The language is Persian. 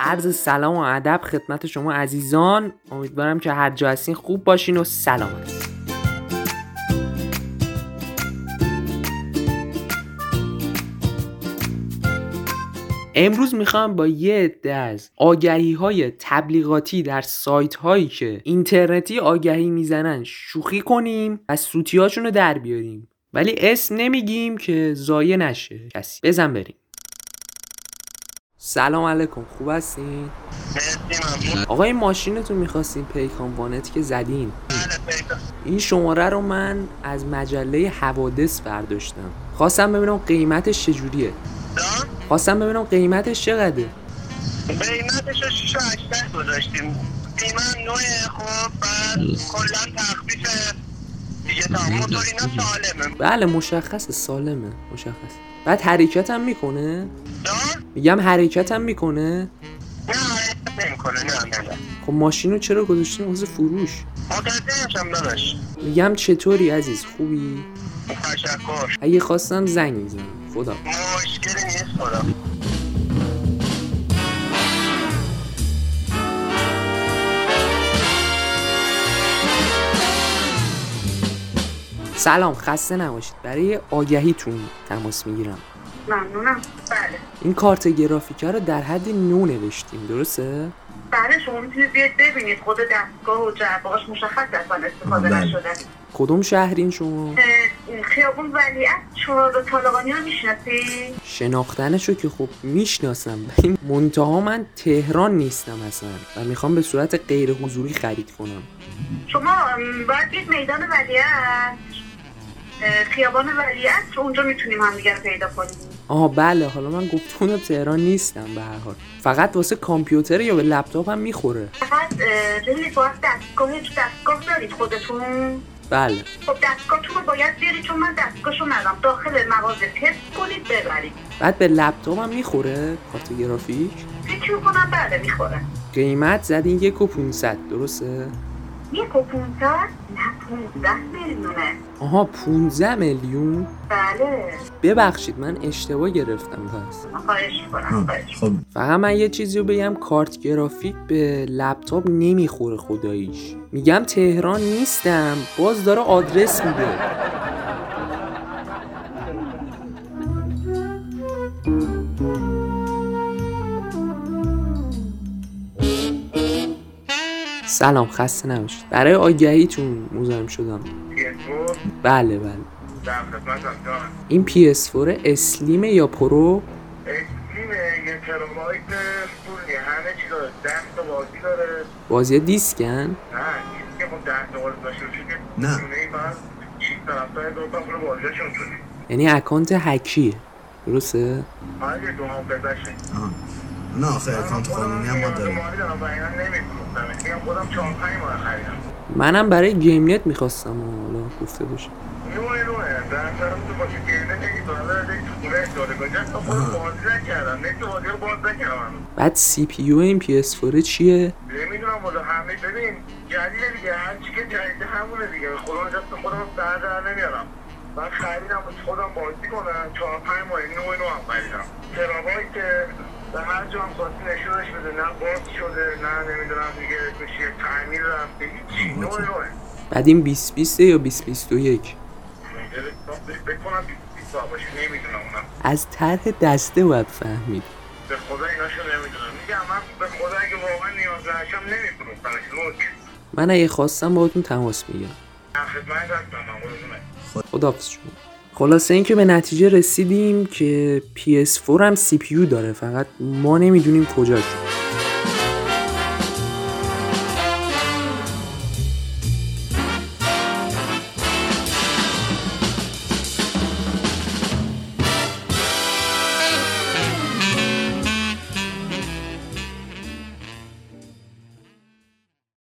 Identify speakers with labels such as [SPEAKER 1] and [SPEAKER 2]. [SPEAKER 1] عرض سلام و ادب خدمت شما عزیزان امیدوارم که هر جا هستین خوب باشین و سلام هست. امروز میخوام با یه عده از آگهی های تبلیغاتی در سایت هایی که اینترنتی آگهی میزنن شوخی کنیم و سوتی رو در بیاریم ولی اسم نمیگیم که زایه نشه کسی بزن بریم سلام علیکم خوب هستین؟
[SPEAKER 2] مرسی ممنون
[SPEAKER 1] آقا این ماشینتون میخواستین پیکان وانت که زدین
[SPEAKER 2] بله، پیدا.
[SPEAKER 1] این شماره رو من از مجله حوادث برداشتم خواستم ببینم قیمتش چجوریه
[SPEAKER 2] دا؟
[SPEAKER 1] خواستم ببینم قیمتش چقدره
[SPEAKER 2] قیمتش رو 6 و 8 گذاشتیم قیمت نوعه خب بعد کلا تخفیف دیگه تا موتور اینا سالمه
[SPEAKER 1] بله مشخصه سالمه مشخص بعد حرکتم میکنه
[SPEAKER 2] دا؟
[SPEAKER 1] میگم حرکتم میکنه
[SPEAKER 2] نه حرکت نمیکنه نه نه نه
[SPEAKER 1] خب ماشین رو چرا گذاشتیم واسه فروش
[SPEAKER 2] متوجه نشم داداش
[SPEAKER 1] میگم چطوری عزیز خوبی
[SPEAKER 2] تشکر
[SPEAKER 1] اگه خواستم زنگ میزنم خدا
[SPEAKER 2] مشکلی نیست خدا
[SPEAKER 1] سلام خسته نباشید برای آگهیتون تماس میگیرم
[SPEAKER 3] ممنونم بله
[SPEAKER 1] این کارت گرافیکه رو در حد نو نوشتیم درسته؟
[SPEAKER 3] بله شما میتونید بیاید ببینید خود دستگاه و جعبهاش مشخص اصلا استفاده
[SPEAKER 1] بله.
[SPEAKER 3] نشده
[SPEAKER 1] کدوم شهرین شما؟
[SPEAKER 3] اه، خیابون ولیعت چهار طالقانی رو میشناسی
[SPEAKER 1] شناختنشو که خب میشناسم ولی منتها من تهران نیستم اصلا و میخوام به صورت غیر حضوری خرید کنم
[SPEAKER 3] شما ام، باید بیاید میدان ولیعت اه، خیابان ولیعت اونجا میتونیم هم دیگه رو پیدا کنیم
[SPEAKER 1] آها بله حالا من گفتونم تهران نیستم به هر حال فقط واسه کامپیوتر یا به لپتاپ هم میخوره
[SPEAKER 3] فقط اه، ببینید باید دستگاه هیچ دستگاه دارید خودتون
[SPEAKER 1] بله
[SPEAKER 3] خب دستگاهتون رو باید بیارید چون من دستگاهشو ندم داخل مغازه تست کنید ببرید
[SPEAKER 1] بعد به لپتاپ هم میخوره کارت گرافیک
[SPEAKER 3] فکر میکنم بله میخوره
[SPEAKER 1] قیمت زدین یک و 500 درسته
[SPEAKER 3] یک و پونزد نه پونزده میلیونه
[SPEAKER 1] آها 15 میلیون
[SPEAKER 3] بله
[SPEAKER 1] ببخشید من اشتباه گرفتم پس
[SPEAKER 3] من خواهش میکنم خواهش می‌کنم.
[SPEAKER 1] فقط من یه چیزی رو بگم کارت گرافیک به لپتاپ نمیخوره خداییش میگم تهران نیستم باز داره آدرس میده سلام خسته نباشید برای آگهیتون مزاحم شدم
[SPEAKER 2] یکو
[SPEAKER 1] بله بله
[SPEAKER 2] در خدمتم جان
[SPEAKER 1] این PS4 اسلیمه یا پرو
[SPEAKER 2] اسکرین یه ترابایت فولی همه چی داره ده تا بازی داره
[SPEAKER 1] بازی دیسکن
[SPEAKER 2] نه نیست که خب ده تا بازی داشته باشه که
[SPEAKER 4] نه.
[SPEAKER 2] دونه ای فقط شیش طرفدار دو تا پول بازیشون شدی
[SPEAKER 1] یعنی اکانت هکیه درسته؟
[SPEAKER 2] حالا یه دو هم بزشه
[SPEAKER 4] آها. نه آخه اکانت قانونی هم ما داریم
[SPEAKER 2] مالی دارم و اینا نمی‌فروختم. میگم خودم چهار پنج ماه خریدم
[SPEAKER 1] منم برای گیم نت میخواستم حالا گفته باشه
[SPEAKER 2] نوعه نوعه در طرف تو باشه که اینه که این دولار در یک خونه اجاره کنه. حتی خود بازی نکردم نه تو بازی رو باز نکردم
[SPEAKER 1] بعد سی پی یو این PS4 چیه؟
[SPEAKER 2] نمیدونم والا همه ببین جدیده دیگه هر چی که جدیده همونه دیگه به خودم دست خودم سر در نمیارم من خریدم واسه خودم بازی کنم چهار پنج ماه یعنی نوع نوع هم خریدم ترابایت به هر جا هم خواستی نشونش بده نه باز شده نه نمیدونم دیگه میشه تعمیر رفته هیچی نوع نوعه
[SPEAKER 1] بعد این 2020 یا 2021
[SPEAKER 2] بکنم بیست سال باشه نمیدونم اونم
[SPEAKER 1] از طرح دسته باید فهمید
[SPEAKER 2] به خدا ایناشو نمیدونم میگم من به خدا اگه واقعا نیاز داشتم نمیفروختمش لوک
[SPEAKER 1] من اگه خواستم باهاتون تماس میگم
[SPEAKER 2] نه خدمت هستم من قربونت.
[SPEAKER 1] خداحافظ شما خلاصه اینکه به نتیجه رسیدیم که PS4 هم CPU داره فقط ما نمیدونیم کجاشه